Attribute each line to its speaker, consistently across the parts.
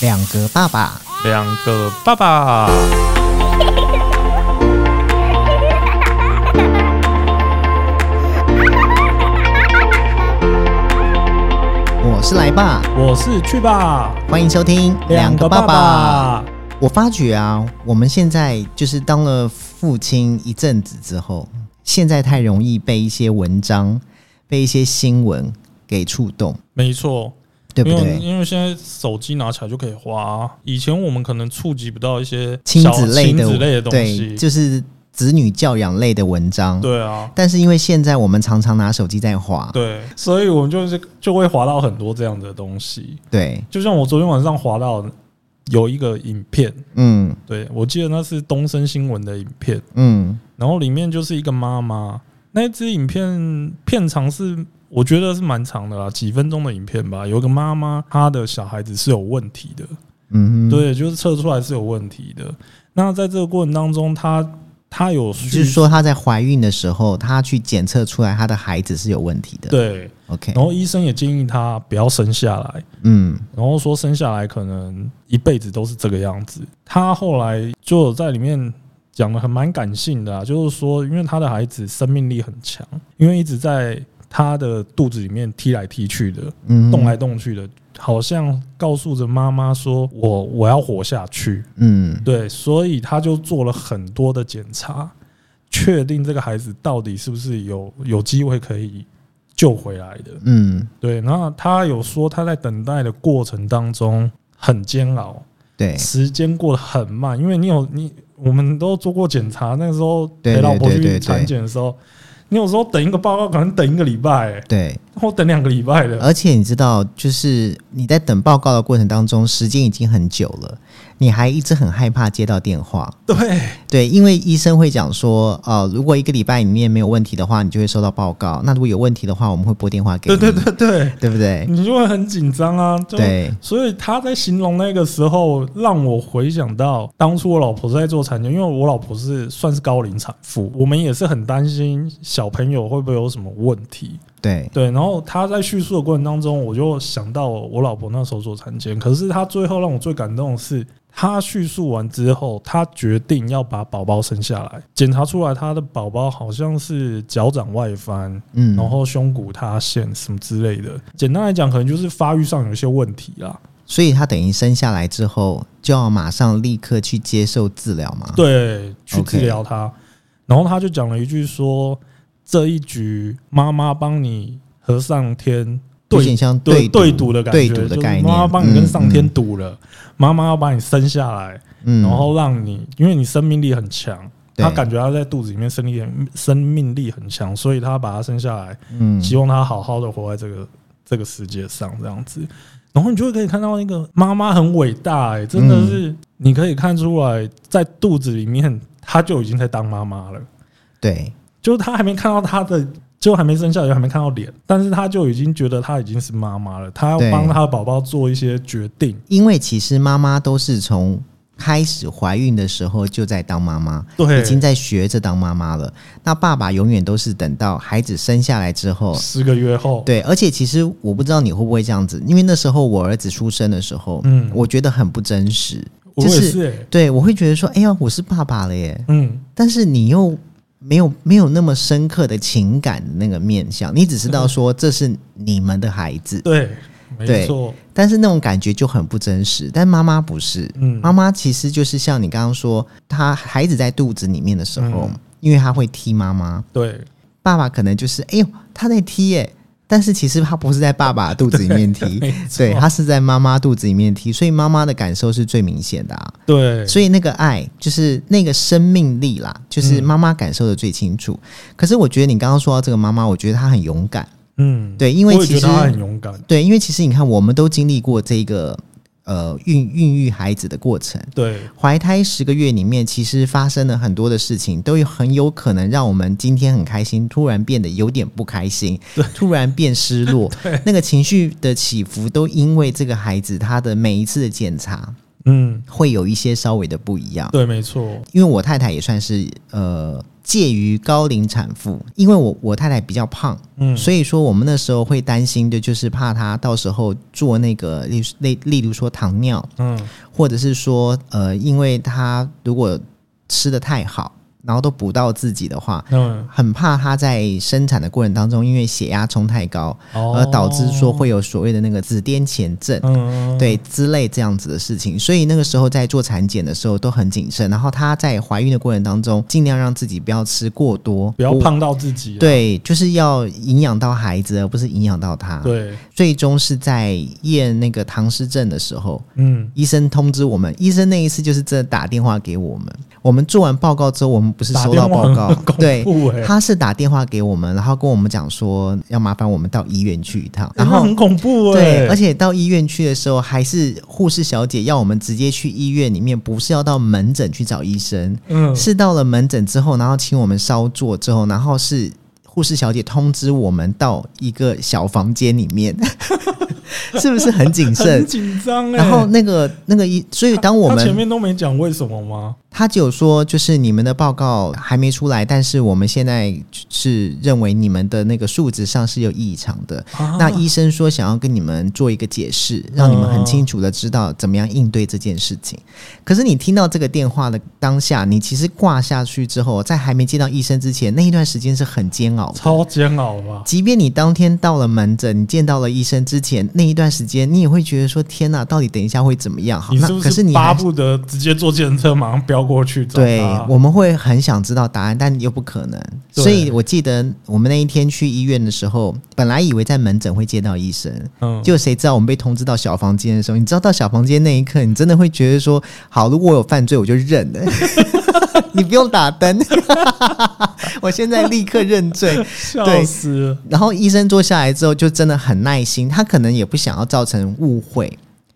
Speaker 1: 两个爸爸，
Speaker 2: 两个爸爸，
Speaker 1: 我是来爸，
Speaker 2: 我是去吧，
Speaker 1: 欢迎收听
Speaker 2: 爸。
Speaker 1: 我发觉啊，我们现在就是当了父亲一阵子之后，现在太容易被一些文章、被一些新闻给触动，
Speaker 2: 没错，
Speaker 1: 对不
Speaker 2: 因为
Speaker 1: 对？
Speaker 2: 因为现在手机拿起来就可以花，啊以前我们可能触及不到一些
Speaker 1: 亲
Speaker 2: 小
Speaker 1: 子类的，
Speaker 2: 亲子类的东
Speaker 1: 对，
Speaker 2: 西，
Speaker 1: 就是子女教养类的文章。
Speaker 2: 对啊，
Speaker 1: 但是因为现在我们常常拿手机在滑，
Speaker 2: 对，所以我们就是就会滑到很多这样的东西。
Speaker 1: 对，
Speaker 2: 就像我昨天晚上滑到有一个影片，
Speaker 1: 嗯
Speaker 2: 对我记得那是东森新闻的影片，
Speaker 1: 嗯，
Speaker 2: 然后里面就是一个妈妈。那一支影片片长是我觉得是蛮长的啦，几分钟的影片吧。有一个妈妈，她的小孩子是有问题的，
Speaker 1: 嗯哼，
Speaker 2: 对，就是测出来是有问题的。那在这个过程当中，她她有叙
Speaker 1: 就是说她在怀孕的时候，她去检测出来她的孩子是有问题的。
Speaker 2: 对，
Speaker 1: ，OK，
Speaker 2: 然后医生也建议她不要生下来，
Speaker 1: 嗯
Speaker 2: 然后说生下来可能一辈子都是这个样子。她后来就有在里面讲的很蛮感性的、啊，就是说，因为她的孩子生命力很强，因为一直在她的肚子里面踢来踢去的，
Speaker 1: 嗯，
Speaker 2: 动来动去的，好像告诉着妈妈说：“我我要活下去。”
Speaker 1: 嗯
Speaker 2: 对，所以他就做了很多的检查，确定这个孩子到底是不是有有机会可以救回来的。
Speaker 1: 嗯，
Speaker 2: 对，然后他有说他在等待的过程当中很煎熬，
Speaker 1: 对
Speaker 2: 时间过得很慢，因为你有你我们都做过检查，那个时候
Speaker 1: 对
Speaker 2: 陪老婆
Speaker 1: 对对
Speaker 2: 去
Speaker 1: 对
Speaker 2: 产
Speaker 1: 对
Speaker 2: 检的时候，你有时候等一个报告可能等一个礼拜、欸，
Speaker 1: 对，
Speaker 2: 或等两个礼拜的。
Speaker 1: 而且你知道，就是你在等报告的过程当中，时间已经很久了，你还一直很害怕接到电话。
Speaker 2: 对
Speaker 1: 对，因为医生会讲说，呃，如果一个礼拜里面没有问题的话，你就会收到报告。那如果有问题的话，我们会拨电话给
Speaker 2: 对
Speaker 1: 你，
Speaker 2: 对对对，
Speaker 1: 对不对？
Speaker 2: 你就会很紧张啊，就
Speaker 1: 对，
Speaker 2: 所以他在形容那个时候，让我回想到当初我老婆在做产检，因为我老婆是算是高龄产妇，我们也是很担心小朋友会不会有什么问题。
Speaker 1: 对，
Speaker 2: 对，然后他在叙述的过程当中，我就想到我老婆那时候做产检，可是她最后让我最感动的是，她叙述完之后，她决定要把宝宝生下来，检查出来她的宝宝好像是脚掌外翻，
Speaker 1: 嗯，
Speaker 2: 然后胸骨塌陷什么之类的。简单来讲，可能就是发育上有一些问题啦。
Speaker 1: 所以他等于生下来之后，就要马上立刻去接受治疗嘛？，
Speaker 2: 对，去
Speaker 1: OK
Speaker 2: 治疗他。然后他就讲了一句说：“这一局妈妈帮你和上天
Speaker 1: 有
Speaker 2: 对
Speaker 1: 点像对
Speaker 2: 对对赌的感
Speaker 1: 对
Speaker 2: 觉，
Speaker 1: 赌
Speaker 2: 就
Speaker 1: 的
Speaker 2: 是
Speaker 1: 概念，
Speaker 2: 妈妈帮你跟上天
Speaker 1: 嗯，
Speaker 2: 赌了，妈妈要把你生下来，
Speaker 1: 嗯，嗯
Speaker 2: 然后让你因为你生命力很强。”
Speaker 1: 对
Speaker 2: 他感觉他在肚子里面生力很生命力很强，所以他把他生下来，
Speaker 1: 嗯
Speaker 2: 希望他好好的活在这个这个世界上这样子。然后你就会可以看到那个妈妈很伟大、
Speaker 1: 嗯
Speaker 2: 欸，真的是你可以看出来，在肚子里面她就已经在当妈妈了，
Speaker 1: 对，
Speaker 2: 就是她还没看到她的。就还没生下来，就还没看到脸，但是她就已经觉得她已经是妈妈了，她要
Speaker 1: 对
Speaker 2: 帮她的宝宝做一些决定。
Speaker 1: 因为其实妈妈都是从开始怀孕的时候就在当妈妈，
Speaker 2: 对，
Speaker 1: 已经在学着当妈妈了。那爸爸永远都是等到孩子生下来之后，
Speaker 2: 十个月后，
Speaker 1: 对。而且其实我不知道你会不会这样子，因为那时候我儿子出生的时候，
Speaker 2: 嗯
Speaker 1: 我觉得很不真实，
Speaker 2: 我
Speaker 1: 就
Speaker 2: 也
Speaker 1: 是
Speaker 2: 是、欸，
Speaker 1: 对我会觉得说，哎呀，我是爸爸了耶，
Speaker 2: 嗯，
Speaker 1: 但是你又。没有没有那么深刻的情感的那个面向，你只知
Speaker 2: 嗯
Speaker 1: 道说这是你们的孩子，
Speaker 2: 对，
Speaker 1: 对
Speaker 2: 没错，
Speaker 1: 但是那种感觉就很不真实。但妈妈不是，
Speaker 2: 嗯
Speaker 1: 妈妈其实就是像你刚刚说，她孩子在肚子里面的时候，
Speaker 2: 嗯
Speaker 1: 因为她会踢妈妈，
Speaker 2: 对，
Speaker 1: 爸爸可能就是哎呦他在踢耶，但是其实他不是在爸爸肚子里面踢，
Speaker 2: 没
Speaker 1: 对
Speaker 2: 错
Speaker 1: 他是在妈妈肚子里面踢，所以妈妈的感受是最明显的啊。
Speaker 2: 对，
Speaker 1: 所以那个爱就是那个生命力啦，就是
Speaker 2: 嗯
Speaker 1: 妈妈感受的最清楚。可是我觉得你刚刚说到这个妈妈，我觉得她很勇敢，
Speaker 2: 嗯，
Speaker 1: 对，因为
Speaker 2: 我也
Speaker 1: 其
Speaker 2: 觉
Speaker 1: 实
Speaker 2: 得他很勇敢，
Speaker 1: 对，因为其实你看，我们都经历过这个呃孕孕育孩子的过程。
Speaker 2: 对，
Speaker 1: 怀胎十个月里面，其实发生了很多的事情，都有很有可能让我们今天很开心，突然变得有点不开心，突然变失落，那个情绪的起伏都因为这个孩子他的每一次的检查
Speaker 2: 嗯，
Speaker 1: 会有一些稍微的不一样。
Speaker 2: 对，没错，
Speaker 1: 因为我太太也算是呃介于高龄产妇，因为我我太太比较胖，
Speaker 2: 嗯，
Speaker 1: 所以说我们那时候会担心的就是怕她到时候做那个例如例例如说糖尿，
Speaker 2: 嗯，
Speaker 1: 或者是说呃，因为她如果吃的太好，然后都补到自己的话。
Speaker 2: 嗯，
Speaker 1: 很怕她在生产的过程当中，因为血压冲太高，
Speaker 2: 哦
Speaker 1: 而导致说会有所谓的那个子癫前症。
Speaker 2: 嗯，嗯，
Speaker 1: 对之类这样子的事情，所以那个时候在做产检的时候都很谨慎。然后她在怀孕的过程当中，尽量让自己不要吃过多，
Speaker 2: 不要胖到自己啊，
Speaker 1: 对，就是要营养到孩子，而不是营养到她。，
Speaker 2: 对，
Speaker 1: 最终是在验那个唐氏症的时候，
Speaker 2: 嗯，
Speaker 1: 医生通知我们，医生那一次就是真的打电话给我们。我们做完报告之后，我们不是
Speaker 2: 打
Speaker 1: 收
Speaker 2: 电
Speaker 1: 到
Speaker 2: 话
Speaker 1: 报
Speaker 2: 很
Speaker 1: 告，对
Speaker 2: 恐。怖欸
Speaker 1: 他是打电话给我们，然后跟我们讲说要麻烦我们到医院去一趟，然
Speaker 2: 然
Speaker 1: 后
Speaker 2: 后很恐怖哎、
Speaker 1: 对，而且到医院去的时候，还是护士小姐要我们直接去医院里面，不是要到门诊去找医生，
Speaker 2: 嗯，
Speaker 1: 是到了门诊之后，然后请我们稍坐之后，然后是护士小姐通知我们到一个小房间里面， 是不是很谨
Speaker 2: 很
Speaker 1: 慎？
Speaker 2: 紧张哎。
Speaker 1: 然后那个那个医，所以 当我
Speaker 2: 他前
Speaker 1: 们
Speaker 2: 面都没讲为什么吗？
Speaker 1: 他只有说，就是你们的报告还没出来，但是我们现在是认为你们的那个数值上是有异常的，
Speaker 2: 啊
Speaker 1: 那医生说想要跟你们做一个解释，让你们很清楚的知道怎么样应对这件事情。可是你听到这个电话的当下，你其实挂下去之后，在还没见到医生之前，那一段时间是很煎熬的。
Speaker 2: 超煎熬吧？
Speaker 1: 即便你当天到了门诊，你见到了医生之前那一段时间，你也会觉得说：“天哪，到底等一下会怎么样？”好，
Speaker 2: 你
Speaker 1: 那
Speaker 2: 是不
Speaker 1: 可是你
Speaker 2: 巴
Speaker 1: 还
Speaker 2: 不得啊直接坐电车马上飙过去找他？
Speaker 1: 对，我们会很想知道答案，但又不可能。
Speaker 2: 对
Speaker 1: 所以我记得我们那一天去医院的时候，本来以为在门诊会见到医生，
Speaker 2: 嗯
Speaker 1: 就谁知道我们被通知到小房间的时候，你知道到小房间那一刻，你真的会觉得说，好，如果我有犯罪，我就认了。 你不用打灯， 我现在立刻认罪。
Speaker 2: 笑死了。
Speaker 1: 然后医生坐下来之后，就真的很耐心，他可能也不想要造成误会，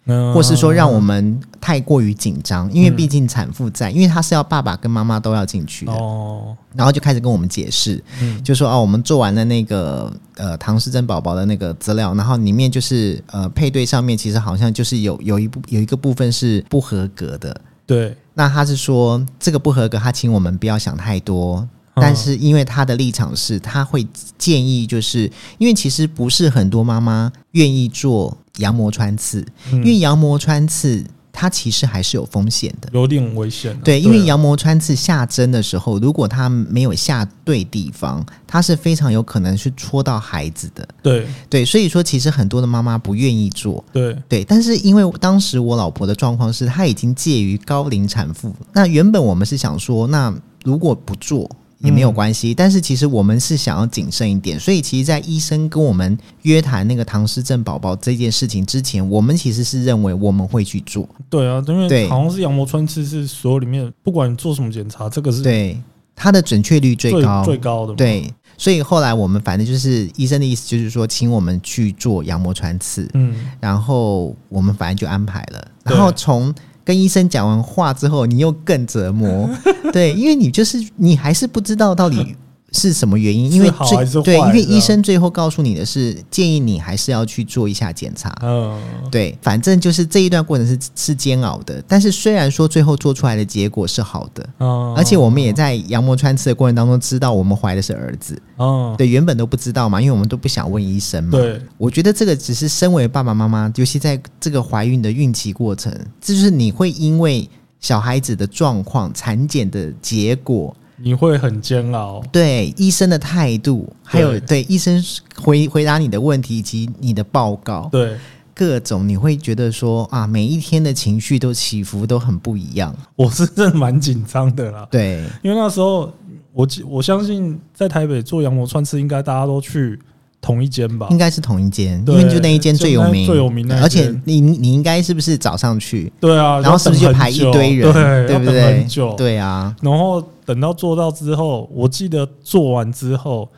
Speaker 2: 嗯
Speaker 1: 或是说让我们太过于紧张，因为毕竟产妇在，因为她是要爸爸跟妈妈都要进去的，
Speaker 2: 哦，
Speaker 1: 然后就开始跟我们解释，就说哦，我们做完了那个呃唐氏症宝宝的那个资料，然后里面就是呃配对上面其实好像就是有有一部有一个部分是不合格的。
Speaker 2: 对，
Speaker 1: 那他是说这个不合格，他请我们不要想太多。
Speaker 2: 嗯
Speaker 1: 但是因为他的立场是，他会建议，就是因为其实不是很多妈妈愿意做羊膜穿刺，
Speaker 2: 嗯
Speaker 1: 因为羊膜穿刺它其实还是有风险的。
Speaker 2: 有点危险啊。
Speaker 1: 对，因为
Speaker 2: 啊
Speaker 1: 羊膜穿刺下针的时候，如果它没有下对地方，它是非常有可能去戳到孩子的。
Speaker 2: 对
Speaker 1: 对，所以说其实很多的妈妈不愿意做。
Speaker 2: 对
Speaker 1: 对，但是因为当时我老婆的状况是，她已经介于高龄产妇。那原本我们是想说，那如果不做也没有关系，但是其实我们是想要谨慎一点。所以其实，在医生跟我们约谈那个唐氏症宝宝这件事情之前，我们其实是认为我们会去做。
Speaker 2: 对啊，因为
Speaker 1: 对
Speaker 2: 好像是羊膜穿刺是所有里面不管你做什么检查，这个是
Speaker 1: 对，它的准确率最
Speaker 2: 最
Speaker 1: 高，
Speaker 2: 最高的嘛。
Speaker 1: 对，所以后来我们反正就是医生的意思，就是说请我们去做羊膜穿刺，
Speaker 2: 嗯，
Speaker 1: 然后我们反正就安排了。
Speaker 2: 对
Speaker 1: 然后从跟医生讲完话之后，你又更折 磨，对，因为你就是你还是不知道到底是什么原因，因
Speaker 2: 是
Speaker 1: 为
Speaker 2: 好还是
Speaker 1: 最对，
Speaker 2: 坏
Speaker 1: 因为
Speaker 2: 这样
Speaker 1: 医生最后告诉你的是建议你还是要去做一下检查。
Speaker 2: 嗯，
Speaker 1: 对，反正就是这一段过程是是煎熬的，但是虽然说最后做出来的结果是好的，
Speaker 2: 嗯
Speaker 1: 而且我们也在羊膜穿刺的过程当中知道我们怀的是儿子，
Speaker 2: 嗯，
Speaker 1: 对，原本都不知道嘛，因为我们都不想问医生嘛。
Speaker 2: 对，
Speaker 1: 我觉得这个只是身为爸爸妈妈，尤其在这个怀孕的孕期过程，这就是你会因为小孩子的状况、产检的结果、
Speaker 2: 你会很煎熬。
Speaker 1: 对医生的态度，还有
Speaker 2: 对
Speaker 1: 对医生回回答你的问题以及你的报告，
Speaker 2: 对，
Speaker 1: 各种你会觉得说啊，每一天的情绪都起伏都很不一样。
Speaker 2: 我是真的蛮紧张的啦，
Speaker 1: 对，
Speaker 2: 因为那时候我记我相信在台北做羊膜穿刺，应该大家都去同一间吧
Speaker 1: 应？该是同一间，
Speaker 2: 对
Speaker 1: 因为就那一间最有
Speaker 2: 就那
Speaker 1: 名，
Speaker 2: 最有名那一间
Speaker 1: 而且你你你应该是不是早上去？
Speaker 2: 对啊，
Speaker 1: 然后是不是
Speaker 2: 要
Speaker 1: 就
Speaker 2: 等
Speaker 1: 排
Speaker 2: 很
Speaker 1: 一
Speaker 2: 久
Speaker 1: 堆人，
Speaker 2: 对，
Speaker 1: 对
Speaker 2: 要
Speaker 1: 不
Speaker 2: 等很久
Speaker 1: 对？对啊，
Speaker 2: 然后等到做到之后，我记得做完之后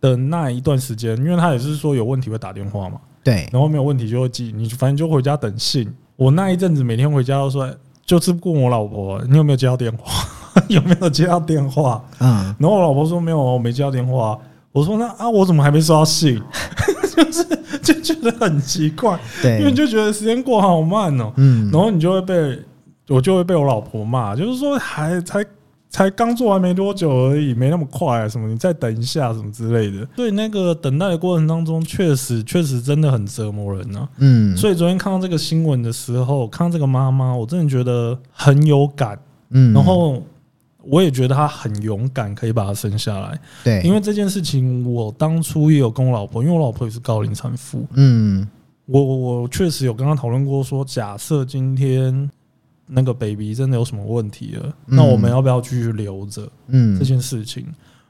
Speaker 2: 的那一段时间，因为他也是说有问题会打电话嘛，
Speaker 1: 对，
Speaker 2: 然后没有问题就会寄，你反正就回家等信。我那一阵子每天回家都说，哎就是问我老婆，你有没有接到电话？ 有没有接到电话？
Speaker 1: 嗯，
Speaker 2: 然后我老婆说没有，我没接到电话。我说那啊，我怎么还没收到信？ 就是就觉得很奇怪，
Speaker 1: 对，
Speaker 2: 因为就觉得时间过好慢哦、
Speaker 1: 哎嗯，
Speaker 2: 然后你就会被我就会被我老婆骂，就是说还才才刚做完没多久而已，没那么快啊，什么你再等一下什么之类的。所以那个等待的过程当中，确实确实真的很折磨人啊。
Speaker 1: 嗯，
Speaker 2: 所以昨天看到这个新闻的时候，看到这个妈妈，我真的觉得很有感，
Speaker 1: 嗯，
Speaker 2: 然后。我也觉得她很勇敢，可以把她生下来。
Speaker 1: 对，
Speaker 2: 因
Speaker 1: 为
Speaker 2: 为这件事情，我当初也有跟我老婆，因为我老婆也是高龄产妇，
Speaker 1: 嗯
Speaker 2: 我我我确实有跟他讨论过说假设今天那个 baby 真的有什么问题了，
Speaker 1: 嗯
Speaker 2: 那我们要不要继续留着
Speaker 1: 嗯
Speaker 2: 这件事情？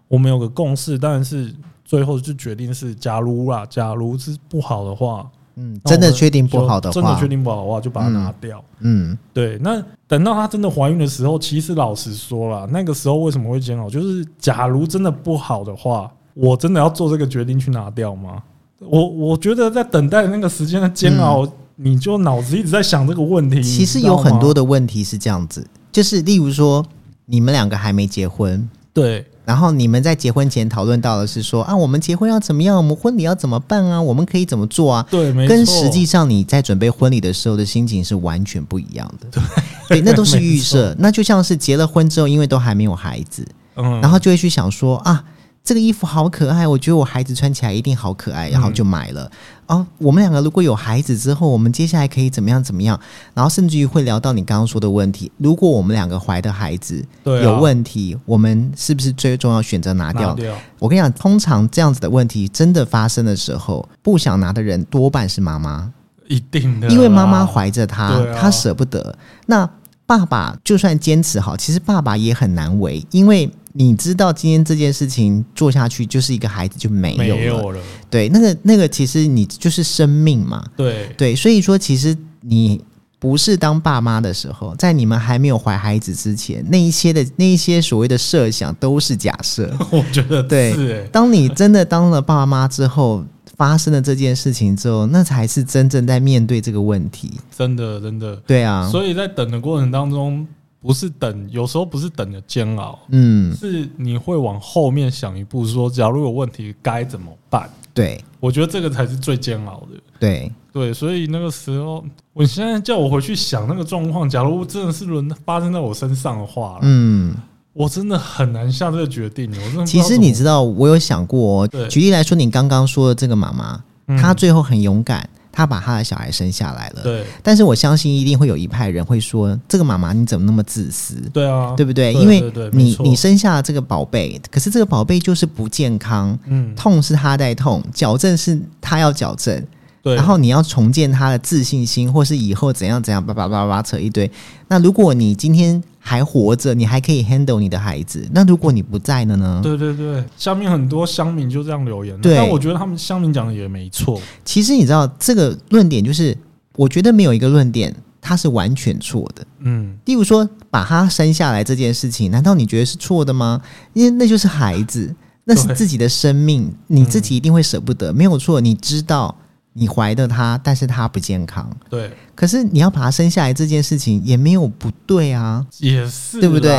Speaker 2: 我们有个共识，但是最后就决定是，假如啦，假如是不好的话，
Speaker 1: 嗯，
Speaker 2: 那我
Speaker 1: 真
Speaker 2: 们
Speaker 1: 的确定不好的
Speaker 2: 就真的
Speaker 1: 话
Speaker 2: 确，定不好的话，就把它拿掉。
Speaker 1: 嗯
Speaker 2: 对，那等到她真的怀孕的时候，其实老实说啦，那个时候为什么会煎熬？就是假如真的不好的话，我真的要做这个决定去拿掉吗？我我觉得在等待的那个时间的煎熬，你就脑子一直在想这个问题。
Speaker 1: 嗯其实有很多
Speaker 2: 的
Speaker 1: 的问题是这样子，就是例如说，你们两个还没结婚，
Speaker 2: 对
Speaker 1: 然后你们在结婚前讨论到的是说啊，我们结婚要怎么样，我们婚礼要怎么办啊，我们可以怎么做啊？
Speaker 2: 对，没错
Speaker 1: 跟实际上你在准备婚礼的时候的心情是完全不一样的，对，那 都是预设。那就像是结了婚之后，因为都还没有孩子，
Speaker 2: 嗯，
Speaker 1: 然后就会去想说啊，这个衣服好可爱，我觉得我孩子穿起来一定好可爱，然
Speaker 2: 嗯
Speaker 1: 后就买了。哦，我们两个如果有孩子之后，我们接下来可以怎么样怎么样？然后甚至于会聊到你刚刚说的问题，如果我们两个怀的孩子
Speaker 2: 对啊
Speaker 1: 有问题，我们是不是最重要选择拿掉
Speaker 2: 拿？掉，
Speaker 1: 我跟你讲，通常这样子的问题真的发生的时候，不想拿的人多半是妈妈。
Speaker 2: 一定的啦，
Speaker 1: 因为妈妈怀着他
Speaker 2: 啊对，啊
Speaker 1: 他舍不得。那爸爸就算坚持好，其实爸爸也很难为，因为你知道今天这件事情做下去，就是一个孩子就没
Speaker 2: 没
Speaker 1: 有了。
Speaker 2: 有了，
Speaker 1: 对，那个那个，其实你就是生命嘛。
Speaker 2: 对
Speaker 1: 对，所以说其实你。不是当爸妈的时候，在你们还没有怀孩子之前，那一些的那一些所谓的设想都是假设。
Speaker 2: 我觉得
Speaker 1: 对
Speaker 2: 是欸
Speaker 1: 当你真的当了爸妈之后，发生了这件事情之后，那才是真正在面对这个问题。
Speaker 2: 真的真的。
Speaker 1: 对啊，
Speaker 2: 所以在等的过程当中，不是等，有时候不是等的煎熬，
Speaker 1: 嗯，
Speaker 2: 是你会往后面想一步说假如有问题该怎么办？
Speaker 1: 对
Speaker 2: 我觉得这个才是最煎熬的。
Speaker 1: 对，
Speaker 2: 对，所以那个时候，我现在叫我回去想那个状况，假如真的是轮发生在我身上的话，
Speaker 1: 嗯，
Speaker 2: 我真的很难下这个决定。我真的
Speaker 1: 其实你知
Speaker 2: 道
Speaker 1: 道，我有想过、哦
Speaker 2: 对，
Speaker 1: 举例来说，你刚刚说的这个妈妈，
Speaker 2: 嗯
Speaker 1: 她最后很勇敢，她把她的小孩生下来
Speaker 2: 怎么
Speaker 1: 了。
Speaker 2: 对
Speaker 1: 但是我相信，一定会有一派人会说，这个妈妈你怎么那么自私？
Speaker 2: 对啊，
Speaker 1: 对不对？
Speaker 2: 对
Speaker 1: 因为
Speaker 2: 对对没
Speaker 1: 你
Speaker 2: 错
Speaker 1: 你生下了这个宝贝，可是这个宝贝就是不健康，
Speaker 2: 嗯，
Speaker 1: 痛是他在痛，矫正是他要矫正，
Speaker 2: 对，
Speaker 1: 然后你要重建他的自信心，或是以后怎样怎样，叭叭叭叭扯一堆。那如果你今天还活着，你还可以 handle 你的孩子，那如果你不在了呢？
Speaker 2: 对对对，下面很多乡民就这样留言，
Speaker 1: 对
Speaker 2: 但我觉得他们乡民讲的也没错，
Speaker 1: 其实你知道这个论点，就是我觉得没有一个论点它是完全错的。
Speaker 2: 嗯，
Speaker 1: 例如说，把他生下来这件事情，难道你觉得是错的吗？因为那就是孩子，那是
Speaker 2: 对
Speaker 1: 自己的生命，你自己一定会舍不得，没有错。你知道你怀的他，但是他不健康，
Speaker 2: 对，
Speaker 1: 可是你要把他生下来这件事情也没有不对啊。
Speaker 2: 也是啦，
Speaker 1: 对不对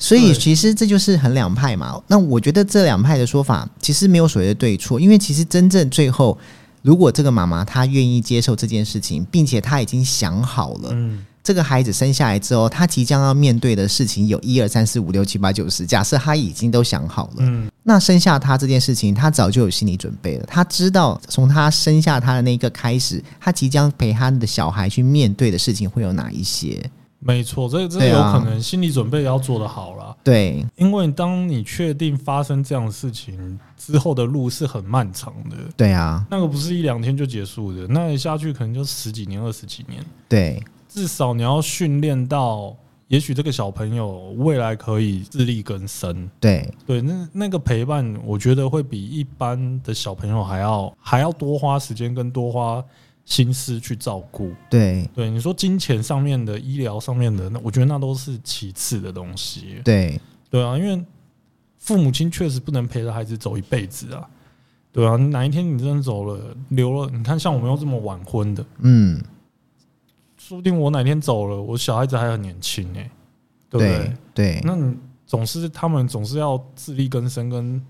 Speaker 1: 所以
Speaker 2: 对
Speaker 1: 其实这就是很两派嘛。那我觉得这两派的说法其实没有所谓的对错，因为其实真正最后，如果这个妈妈她愿意接受这件事情，并且她已经想好了，
Speaker 2: 嗯，
Speaker 1: 这个孩子生下来之后，她即将要面对的事情有一二三四五六七八九十。假设她已经都想好了，
Speaker 2: 嗯
Speaker 1: 那生下她这件事情，她早就有心理准备了。她知道从她生下她的那一刻开始，她即将陪她的小孩去面对的事情会有哪一些？
Speaker 2: 没错，这这
Speaker 1: 对
Speaker 2: 有
Speaker 1: 啊
Speaker 2: 可能心理准备要做得好啦。
Speaker 1: 对，
Speaker 2: 因为当你确定发生这样的事情之后的路是很漫长的，
Speaker 1: 对啊，
Speaker 2: 那个不是一两天就结束的，那一下去可能就十几年、二十几年，
Speaker 1: 对，
Speaker 2: 至少你要训练到，也许这个小朋友未来可以自力更生。
Speaker 1: 对，
Speaker 2: 对，那那个陪伴，我觉得会比一般的小朋友还要还要多花时间跟多花心思去照顾。
Speaker 1: 对，
Speaker 2: 对，你说金钱上面的、医疗上面的，那我觉得那都是其次的东西。
Speaker 1: 对，
Speaker 2: 对啊，因为父母亲确实不能陪着孩子走一辈子啊。对啊，哪一天你真的走了，留了，你看像我们又这么晚婚的，
Speaker 1: 嗯，
Speaker 2: 说不定我哪天走了，我小孩子还很年轻哎、对不
Speaker 1: 对
Speaker 2: 对？
Speaker 1: 对，
Speaker 2: 那你总是他们总是要自力更生，跟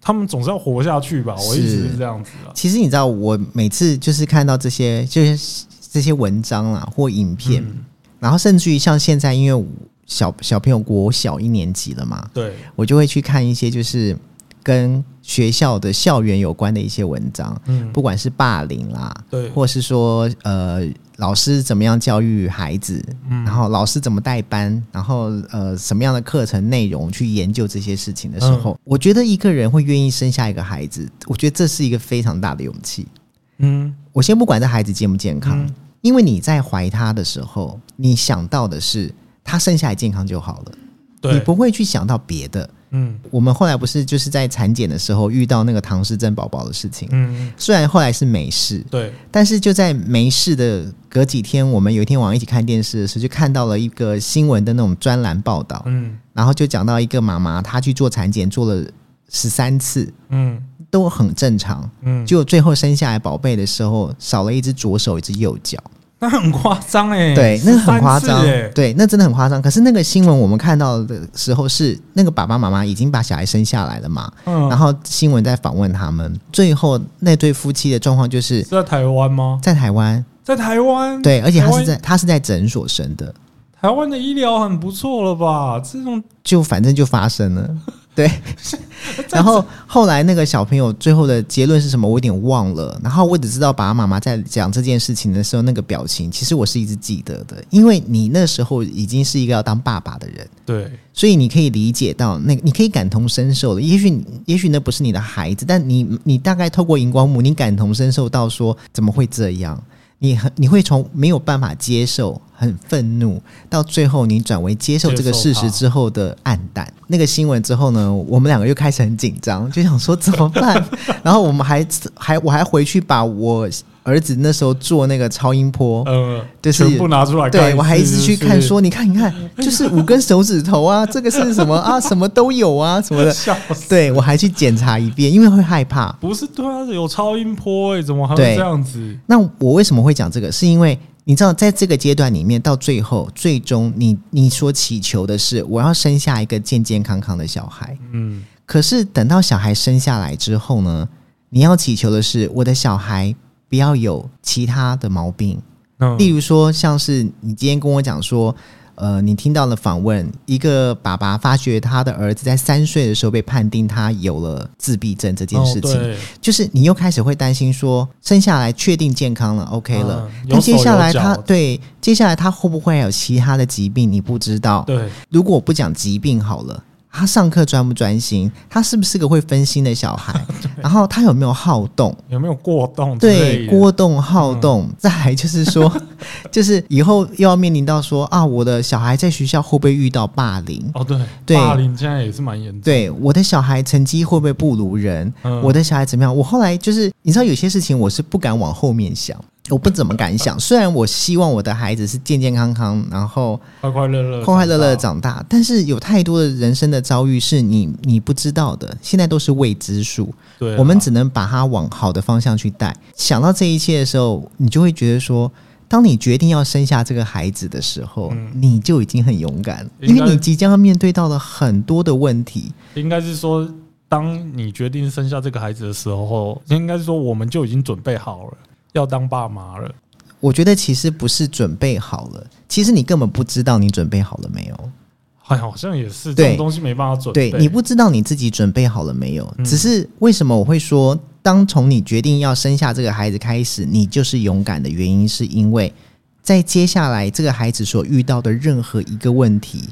Speaker 2: 他们总是要活下去吧？我一直
Speaker 1: 是
Speaker 2: 是这样子啊。
Speaker 1: 其实你知道，我每次就是看到这些就是这些文章啦或影片，
Speaker 2: 嗯
Speaker 1: 然后甚至于像现在，因为我小小朋友国小一年级了嘛，
Speaker 2: 对，
Speaker 1: 我就会去看一些就是跟学校的校园有关的一些文章，
Speaker 2: 嗯，
Speaker 1: 不管是霸凌啦，
Speaker 2: 对，
Speaker 1: 或是说呃老师怎么样教育孩子，
Speaker 2: 嗯
Speaker 1: 然后老师怎么带班，然后呃什么样的课程内容去研究这些事情的时
Speaker 2: 嗯
Speaker 1: 候，我觉得一个人会愿意生下一个孩子，我觉得这是一个非常大的勇气。
Speaker 2: 嗯
Speaker 1: 我先不管这孩子健不健康，
Speaker 2: 嗯
Speaker 1: 因为你在怀他的时候，你想到的是他生下来健康就好了，你
Speaker 2: 对，
Speaker 1: 不会去想到别的。
Speaker 2: 嗯
Speaker 1: 我们后来不是就是在产检的时候遇到那个唐氏症宝宝的事情，
Speaker 2: 嗯，
Speaker 1: 虽然后来是没事，
Speaker 2: 对，
Speaker 1: 但是就在没事的隔几天，我们有一天晚上一起看电视的时候，就看到了一个呃新闻的那种专栏报道，
Speaker 2: 嗯
Speaker 1: 然后就讲到一个妈妈她去做产检做了十三次，
Speaker 2: 嗯
Speaker 1: 都很正常，
Speaker 2: 嗯，
Speaker 1: 就最后生下来宝贝的时候少了一只左手一只右脚，
Speaker 2: 那很夸张哎，
Speaker 1: 对，那很夸张
Speaker 2: 13次欸，
Speaker 1: 对，那真的很夸张。可是那个新闻我们看到的时候是那个爸爸妈妈已经把小孩生下来了嘛，
Speaker 2: 嗯，
Speaker 1: 然后新闻在访问他们，最后那对夫妻的状况就是
Speaker 2: 是在台湾吗？
Speaker 1: 在台湾。
Speaker 2: 在台湾，
Speaker 1: 对，而且他是
Speaker 2: 台
Speaker 1: 在
Speaker 2: 湾
Speaker 1: 他是在诊所生的，
Speaker 2: 台湾的医疗很不错了吧？这种
Speaker 1: 就反正就发生了。对，然后后来那个小朋友最后的结论是什么，我有点忘了。然后我只知道爸爸妈妈在讲这件事情的时候那个表情，其实我是一直记得的，因为你那时候已经是一个要当爸爸的人，
Speaker 2: 对，
Speaker 1: 所以你可以理解到那个，你可以感同身受的。也许你也许那不是你的孩子，但你你大概透过荧光幕，你感同身受到说怎么会这样？你很你会从没有办法接受、很愤怒，到最后你转为接受这个事实之后的暗淡。那个新闻之后呢，我们两个又开始很紧张，就想说怎么 办？然后我们还还我还回去把我儿子那时候做那个超音波，
Speaker 2: 呃，
Speaker 1: 就是
Speaker 2: 全部拿出来看次，
Speaker 1: 对我还一直去看
Speaker 2: 是
Speaker 1: 说，你看你 看，就是五根手指头啊，这个是什么啊，什么都有啊，什么
Speaker 2: 不
Speaker 1: 的
Speaker 2: 是。笑死，
Speaker 1: 对我还去检查一遍，因为会害怕。
Speaker 2: 不是对啊，有超音波哎，怎么还会
Speaker 1: 对
Speaker 2: 这样子？
Speaker 1: 那我为什么会讲这个？是因为你知道，在这个阶段里面，到最后最终你你所祈求的是，我要生下一个健健康康的小孩。
Speaker 2: 嗯，
Speaker 1: 可是等到小孩生下来之后呢，你要祈求的是，我的小孩不要有其他的毛病。
Speaker 2: 那
Speaker 1: 例如说，像是你今天跟我讲说，呃，你听到了访问，一个爸爸发觉他的儿子在三岁的时候被判定他有了自闭症这件事情，
Speaker 2: 哦、
Speaker 1: 就是你又开始会担心说，生下来确定健康了，OK 了，
Speaker 2: 嗯
Speaker 1: 那、
Speaker 2: 有手
Speaker 1: 接下来
Speaker 2: 有脚
Speaker 1: 他对接下来他会不会有其他的疾病，你不知道。
Speaker 2: 对对，
Speaker 1: 如果我不讲疾病好了。他上课专不专心？他是不是个会分心的小 孩？然后他有没有好动？
Speaker 2: 有没有过动之
Speaker 1: 对
Speaker 2: 类的？嗯
Speaker 1: 波动好动，再来就是说， 就是以后又要面临到说啊，我的小孩在学校会不会遇到霸凌？
Speaker 2: 哦，对，
Speaker 1: 对
Speaker 2: 霸凌现在也是蛮严重的。
Speaker 1: 对，我的小孩成绩会不会不如人？
Speaker 2: 嗯
Speaker 1: 我的小孩怎么样？我后来就是，你知道有些事情我是不敢往后面想，我不怎么敢
Speaker 2: 嗯
Speaker 1: 想。虽然我希望我的孩子是健健康康，然后
Speaker 2: 快快乐乐，
Speaker 1: 快快乐乐地
Speaker 2: 长
Speaker 1: 长大，但是有太多的人生的遭遇是你你不知道的，现在都是未知数。
Speaker 2: 大。对啊，
Speaker 1: 我们只能把它往好的方向去带。想到这一切的时候，你就会觉得说，当你决定要生下这个孩子的时候，
Speaker 2: 嗯
Speaker 1: 你就已经很勇敢了，
Speaker 2: 应
Speaker 1: 因
Speaker 2: 该
Speaker 1: 为你即将要面对到了很多的问题。
Speaker 2: 应该是说，当你决定生下这个孩子的时候，应该是说我们就已经准备好了，要当爸妈了。
Speaker 1: 我觉得其实不是准备好了，其实你根本不知道你准备好了没有。
Speaker 2: 哎，好像也是这
Speaker 1: 对
Speaker 2: 种东西没办法准备。
Speaker 1: 对，你不知道你自己准备好了没有。
Speaker 2: 嗯
Speaker 1: 只是为什么我会说，当从你决定要生下这个孩子开始，你就是勇敢的原因，是因为在接下来这个孩子所遇到的任何一个问题，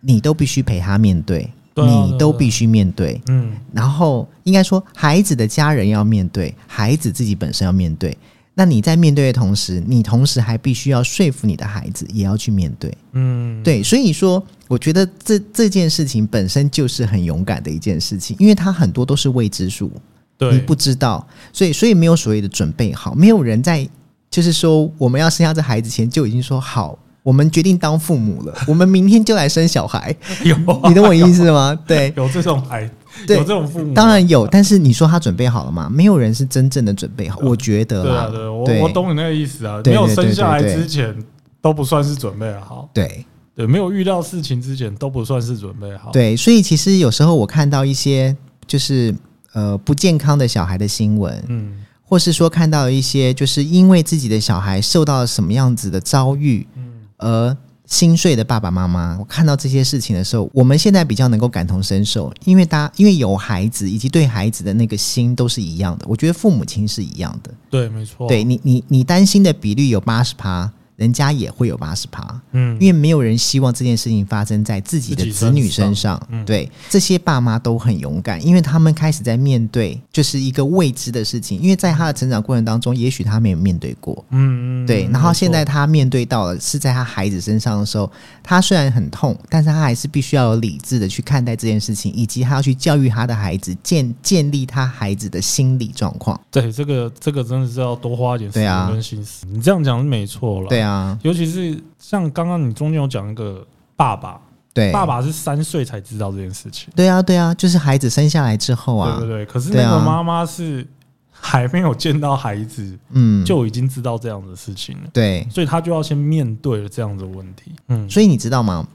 Speaker 1: 你都必须陪他面对，
Speaker 2: 对啊
Speaker 1: 你都必须面对。
Speaker 2: 嗯，
Speaker 1: 然后应该说，孩子的家人要面对，孩子自己本身要面对。那你在面对的同时，你同时还必须要说服你的孩子，也要去面对。
Speaker 2: 嗯，
Speaker 1: 对，所以说，我觉得这这件事情本身就是很勇敢的一件事情，因为它很多都是未知数，
Speaker 2: 对，
Speaker 1: 你不知道，所以所以没有所谓的准备好，没有人在就是说我们要生下这孩子前就已经说好，我们决定当 父母了，我们明天就来生小孩，
Speaker 2: 有啊
Speaker 1: 你懂我意思吗？对，
Speaker 2: 有这种孩，
Speaker 1: 对
Speaker 2: 有这种父母吗，啊
Speaker 1: 当然有，但是你说他准备好了吗？没有人是真正的准备好，我觉得
Speaker 2: 对啊，
Speaker 1: 啦，
Speaker 2: 对，我我懂你那个意思啊。
Speaker 1: 对
Speaker 2: 没有生下来
Speaker 1: 对对对对
Speaker 2: 之前都不算是准备好，
Speaker 1: 对
Speaker 2: 对，没有遇到事情之前都不算是准备好。，
Speaker 1: 对，所以其实有时候我看到一些就是呃不健康的小孩的新闻，
Speaker 2: 嗯
Speaker 1: 或是说看到一些就是因为自己的小孩受到了什么样子的遭遇，
Speaker 2: 嗯，
Speaker 1: 而心碎的爸爸妈妈，我看到这些事情的时候，我们现在比较能够感同身受，因为大家因为有孩子，以及对孩子的那个心都是一样的。我觉得父母亲是一样的，
Speaker 2: 对，没错，
Speaker 1: 对，你你你担心的比率有八十趴，人家也会有八十趴。
Speaker 2: 嗯，
Speaker 1: 因为没有人希望这件事情发生在自己的子女身上。
Speaker 2: 自己身上嗯
Speaker 1: 对，这些爸妈都很勇敢，因为他们开始在面对就是一个未知的事情，因为在他的成长过程当中，也许他没有面对过。
Speaker 2: 嗯，嗯
Speaker 1: 对，
Speaker 2: 嗯
Speaker 1: 然后
Speaker 2: 没错
Speaker 1: 现在他面对到了是在他孩子身上的时候，他虽然很痛，但是他还是必须要有理智的去看待这件事情，以及他要去教育他的孩子，建建立他孩子的心理状况。
Speaker 2: 对这个这个真的是要多花一点时
Speaker 1: 对啊
Speaker 2: 间跟心思。你这样讲是没错了，
Speaker 1: 对，啊，
Speaker 2: 尤其是像刚刚你中间有讲一个爸爸，
Speaker 1: 对，
Speaker 2: 爸，爸是三岁才知道这件事情，
Speaker 1: 对啊，对啊，就是孩子生下来之后
Speaker 2: 对
Speaker 1: 啊，
Speaker 2: 对对，可是
Speaker 1: 对
Speaker 2: 那
Speaker 1: 啊
Speaker 2: 个妈妈是还没有见到孩子
Speaker 1: 嗯，
Speaker 2: 就已经知道这样的事情了。
Speaker 1: 对，
Speaker 2: 所以他就要先面对了这样子的问题。嗯，
Speaker 1: 所以你知道吗？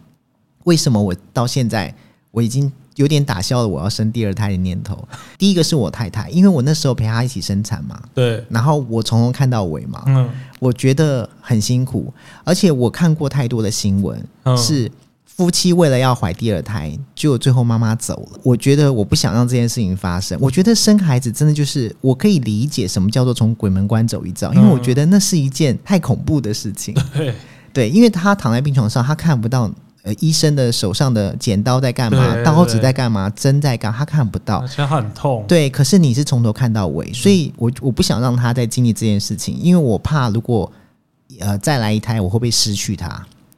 Speaker 1: 为什么我到现在我已经有点打消了我要生第二胎的念头？第一个是我太太，因为我那时候陪她一起生产嘛，
Speaker 2: 对，
Speaker 1: 然后我从头看到尾嘛，
Speaker 2: 嗯，
Speaker 1: 我觉得很辛苦，而且我看过太多的新闻，
Speaker 2: 嗯
Speaker 1: 是夫妻为了要怀第二胎，就最后妈妈走了。我觉得我不想让这件事情发生。我觉得生孩子真的就是我可以理解什么叫做从鬼门关走一遭，因为我觉得那是一件太恐怖的事情。
Speaker 2: 对，
Speaker 1: 对，因为他躺在病床上，他看不到呃医生的手上的剪刀在干嘛，
Speaker 2: 对
Speaker 1: 刀子在干嘛，针在干嘛，他看不到
Speaker 2: 而。且他很痛。，
Speaker 1: 对，可是你是从头看到尾，所以我我不想让他再经历这件事情，因为我怕如果呃再来一胎，我会不会失去他？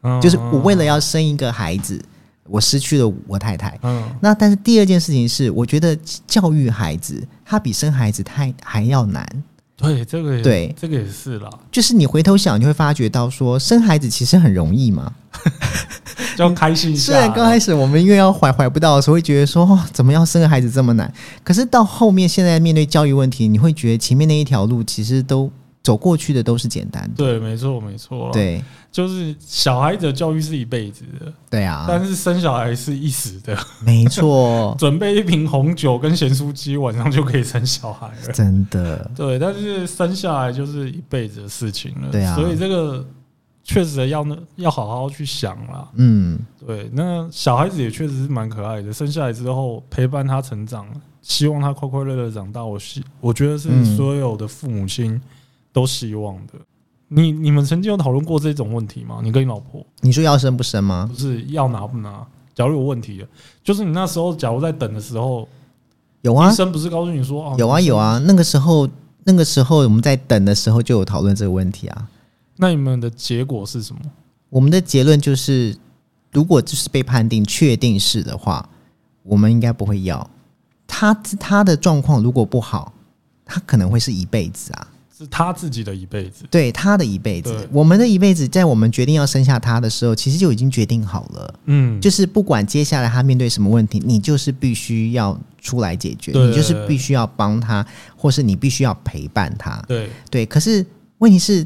Speaker 2: 嗯
Speaker 1: 就是我为了，要生一个孩子，我失去了我太太。
Speaker 2: 嗯，
Speaker 1: 那但是第二件事情是，我觉得教育孩子，他比生孩子太还要难。
Speaker 2: 对，这个也
Speaker 1: 对
Speaker 2: 这个也是啦，
Speaker 1: 就是你回头想，你会发觉到说，生孩子其实很容易嘛，
Speaker 2: 就要开心一下。
Speaker 1: 虽啊然刚开
Speaker 2: 始，
Speaker 1: 始我们因为要怀怀不到的时候，会觉得说、哦、怎么要生个孩子这么难，可是到后面现在面对教育问题，你会觉得前面那一条路其实都走过去的都是简单的。
Speaker 2: 对，没错，没错，，
Speaker 1: 对
Speaker 2: 就是小孩子的教育是一辈子的，
Speaker 1: 对啊，
Speaker 2: 但是生小孩是一时的，，
Speaker 1: 没错
Speaker 2: 准备一瓶红酒跟咸酥鸡，晚上就可以生小孩 了。
Speaker 1: 真的
Speaker 2: 对，但是生下来就是一辈子的事情了。
Speaker 1: 对啊
Speaker 2: 所以这个确实要呢要好好去想啦。
Speaker 1: 嗯，
Speaker 2: 对，那小孩子也确实是蛮可爱的，生下来之后陪伴他成长，希望他快快乐乐长大。我希我觉得是
Speaker 1: 嗯
Speaker 2: 所有的父母亲都希望的。你你们曾经有讨论过这种问题吗？你跟你老婆
Speaker 1: 你说要生不生吗
Speaker 2: 不？是要拿不拿？假如有问题了，就是你那时候假如在等的时候，
Speaker 1: 有啊
Speaker 2: 医，生不是告诉你说哦，
Speaker 1: 有啊，有。啊。那个时候，那个时候我们在等的时候就有讨论这个问题啊。
Speaker 2: 那你们的结果是什么？
Speaker 1: 我们的结论就是，如果就是被判定确定是的话，我们应该不会要。他他的状况如果不好，他可能会是一辈子啊，
Speaker 2: 是他自己的一辈子。
Speaker 1: 对他的一辈子
Speaker 2: 对，
Speaker 1: 我们的一辈子，在我们决定要生下他的时候，其实就已经决定好了。
Speaker 2: 嗯，
Speaker 1: 就是不管接下来他面对什么问题，你就是必须要出来解决，
Speaker 2: 对
Speaker 1: 你就是必须要帮他，或是你必须要陪伴他。
Speaker 2: 对
Speaker 1: 对，可是问题是，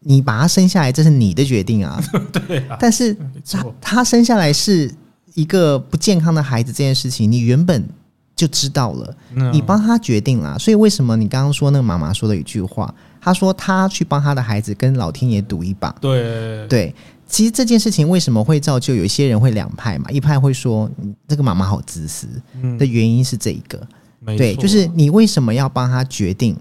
Speaker 1: 你把他生下来，这是你的决定啊。
Speaker 2: 对啊，
Speaker 1: 但是
Speaker 2: 没
Speaker 1: 他
Speaker 2: 错，
Speaker 1: 他生下来是一个不健康的孩子这件事情，你原本就知道了，
Speaker 2: 那
Speaker 1: 你帮他决定啦。所以为什么你刚刚说那个妈妈说的一句话，她说她去帮她的孩子跟老天爷赌一把，
Speaker 2: 嗯对
Speaker 1: 对。其实这件事情为什么会造就有一些人会两派嘛？一派会说嗯这个妈妈好自私
Speaker 2: 嗯
Speaker 1: 的原因是这一个，
Speaker 2: 没
Speaker 1: 对，
Speaker 2: 错
Speaker 1: 就是你为什么要帮他决定？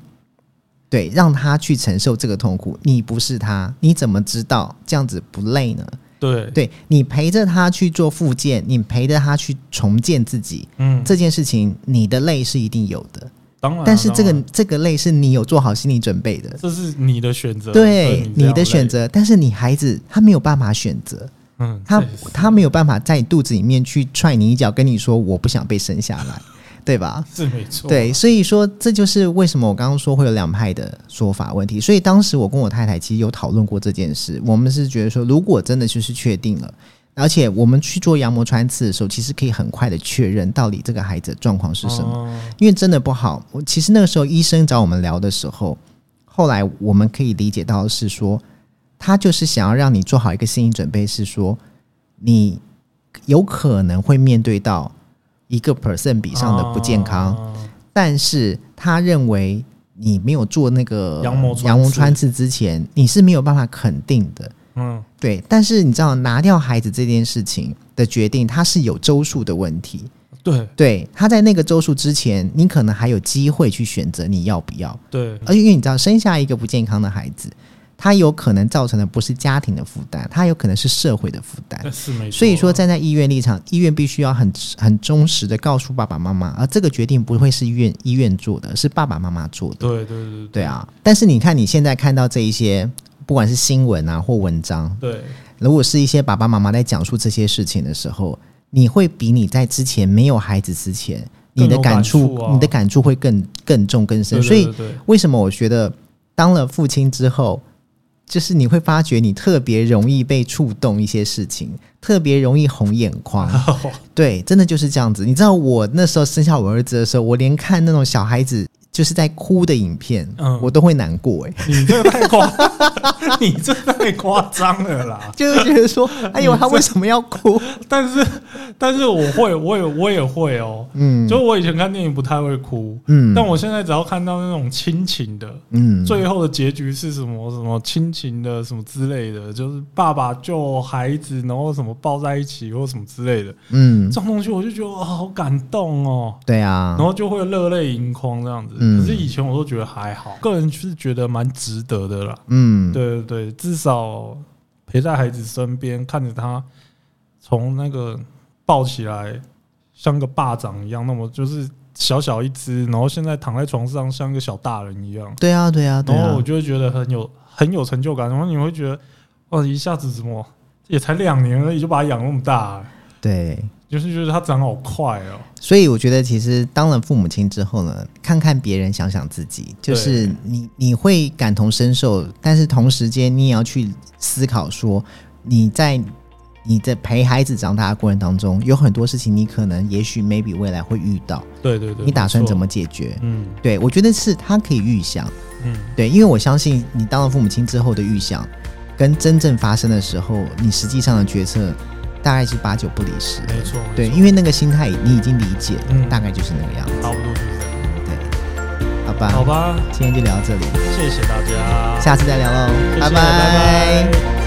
Speaker 1: 对，让他去承受这个痛苦，你不是他，你怎么知道这样子不累呢？
Speaker 2: 对
Speaker 1: 对你陪着他去做复健，你陪着他去重建自己
Speaker 2: 嗯，
Speaker 1: 这件事情，你的累是一定有的，
Speaker 2: 当然啊，
Speaker 1: 但是这个
Speaker 2: 当然
Speaker 1: 这个累是你有做好心理准备的，
Speaker 2: 这是你的选择，所以
Speaker 1: 对
Speaker 2: 这样
Speaker 1: 你的选
Speaker 2: 累，
Speaker 1: 择，但是你孩子他没有办法选择，
Speaker 2: 嗯，
Speaker 1: 他
Speaker 2: 这也是
Speaker 1: 他没有办法在你肚子里面去踹你一脚，跟你说我不想被生下来，对吧？
Speaker 2: 是没错，
Speaker 1: 对，，所以说这就是为什么我刚刚说会有两派的说法问题。所以当时我跟我太太其实有讨论过这件事，我们是觉得说，如果真的就是确定了，而且我们去做羊膜穿刺的时候，其实可以很快的确认到底这个孩子的状况是什么。
Speaker 2: 哦？
Speaker 1: 因为真的不好。我其实那个时候医生找我们聊的时候，后来我们可以理解到的是说，他就是想要让你做好一个心理准备，是说你有可能会面对到一个 percent 比上的不健康，
Speaker 2: 哦
Speaker 1: 但是他认为你没有做那个
Speaker 2: 羊膜穿刺
Speaker 1: 羊膜穿刺之前，你是没有办法肯定的。
Speaker 2: 嗯，
Speaker 1: 对，但是你知道拿掉孩子这件事情的决定，它是有周数的问题。
Speaker 2: 对
Speaker 1: 对，他在那个周数之前，你可能还有机会去选择你要不要。
Speaker 2: 对，
Speaker 1: 而且因为你知道，生下一个不健康的孩子，他有可能造成的不是家庭的负担，他有可能是社会的负担。
Speaker 2: 是没错。
Speaker 1: 所以说，站在医院立场，医院必须要很很忠实的告诉爸爸妈妈，而这个决定不会是医院医院做的，是爸爸妈妈做的。
Speaker 2: 对对对
Speaker 1: 对啊，但是你看你现在看到这一些，不管是新闻啊或文章，
Speaker 2: 对，
Speaker 1: 如果是一些爸爸妈妈在讲述这些事情的时候，你会比你在之前没有孩子之前，你
Speaker 2: 更
Speaker 1: 的
Speaker 2: 有
Speaker 1: 感
Speaker 2: 感
Speaker 1: 触，
Speaker 2: 触啊
Speaker 1: 你的感触会更更重更深。
Speaker 2: 对
Speaker 1: 所以
Speaker 2: 对对
Speaker 1: 为什么我觉得当了父亲之后，就是你会发觉你特别容易被触动一些事情，特别容易红眼眶。
Speaker 2: 啊
Speaker 1: 对，真的就是这样子。你知道我那时候生下我儿子的时候，我连看那种小孩子就是在哭的影片，
Speaker 2: 嗯
Speaker 1: 我都会难过、欸。 哎，
Speaker 2: 你这个太夸，你这太夸张了啦！
Speaker 1: 就是觉得说，哎呦，
Speaker 2: 嗯
Speaker 1: 他为什么要哭？
Speaker 2: 但是，但是我会，我也我也会哦。
Speaker 1: 嗯，
Speaker 2: 就我以前看电影不太会哭，
Speaker 1: 嗯
Speaker 2: 但我现在只要看到那种亲情的，
Speaker 1: 嗯，
Speaker 2: 最后的结局是什么什么亲情的什么之类的，就是爸爸救孩子，然后什么抱在一起或什么之类的，
Speaker 1: 嗯
Speaker 2: 这，种东西我就觉得哇、好感动哦，
Speaker 1: 对啊
Speaker 2: 然，后就会热泪盈眶这样子。
Speaker 1: 嗯
Speaker 2: 可是以前我都觉得还好，个人是觉得蛮值得的啦。
Speaker 1: 嗯，
Speaker 2: 对对对，至少陪在孩子身边，看着他从那个抱起来像个巴掌一样，那么就是小小一只，然后现在躺在床上像一个小大人一样。
Speaker 1: 对啊，对啊，对
Speaker 2: 然后
Speaker 1: 啊
Speaker 2: 我，就会觉得很有很有成就感，然后你会觉得，哇，一下子怎么也才两年而已就把它养那么大、
Speaker 1: 对。
Speaker 2: 就是觉得它长好快哦、
Speaker 1: 所以我觉得，其实当了父母亲之后呢，看看别人，想想自己，就是你你会感同身受，但是同时间你也要去思考说，你在你在陪孩子长大的过程当中，有很多事情你可能也许 maybe 未来会遇到，
Speaker 2: 对对对，
Speaker 1: 你打算
Speaker 2: 没错
Speaker 1: 怎？么解决？
Speaker 2: 嗯
Speaker 1: 对我觉得是他可以预想。
Speaker 2: 嗯，
Speaker 1: 对，因为我相信你当了父母亲之后的预想，跟真正发生的时候，你实际上的决策大概是八九不离十。
Speaker 2: 没错，没
Speaker 1: 对，
Speaker 2: 错
Speaker 1: 因为那个心态你已经理解了，
Speaker 2: 嗯
Speaker 1: 大概就是那个样子。
Speaker 2: 差不多就是这样。
Speaker 1: 对，好吧，
Speaker 2: 好吧，
Speaker 1: 今天就聊到这里，
Speaker 2: 谢谢大家，
Speaker 1: 下次再聊喽，
Speaker 2: 谢谢
Speaker 1: 拜
Speaker 2: 拜拜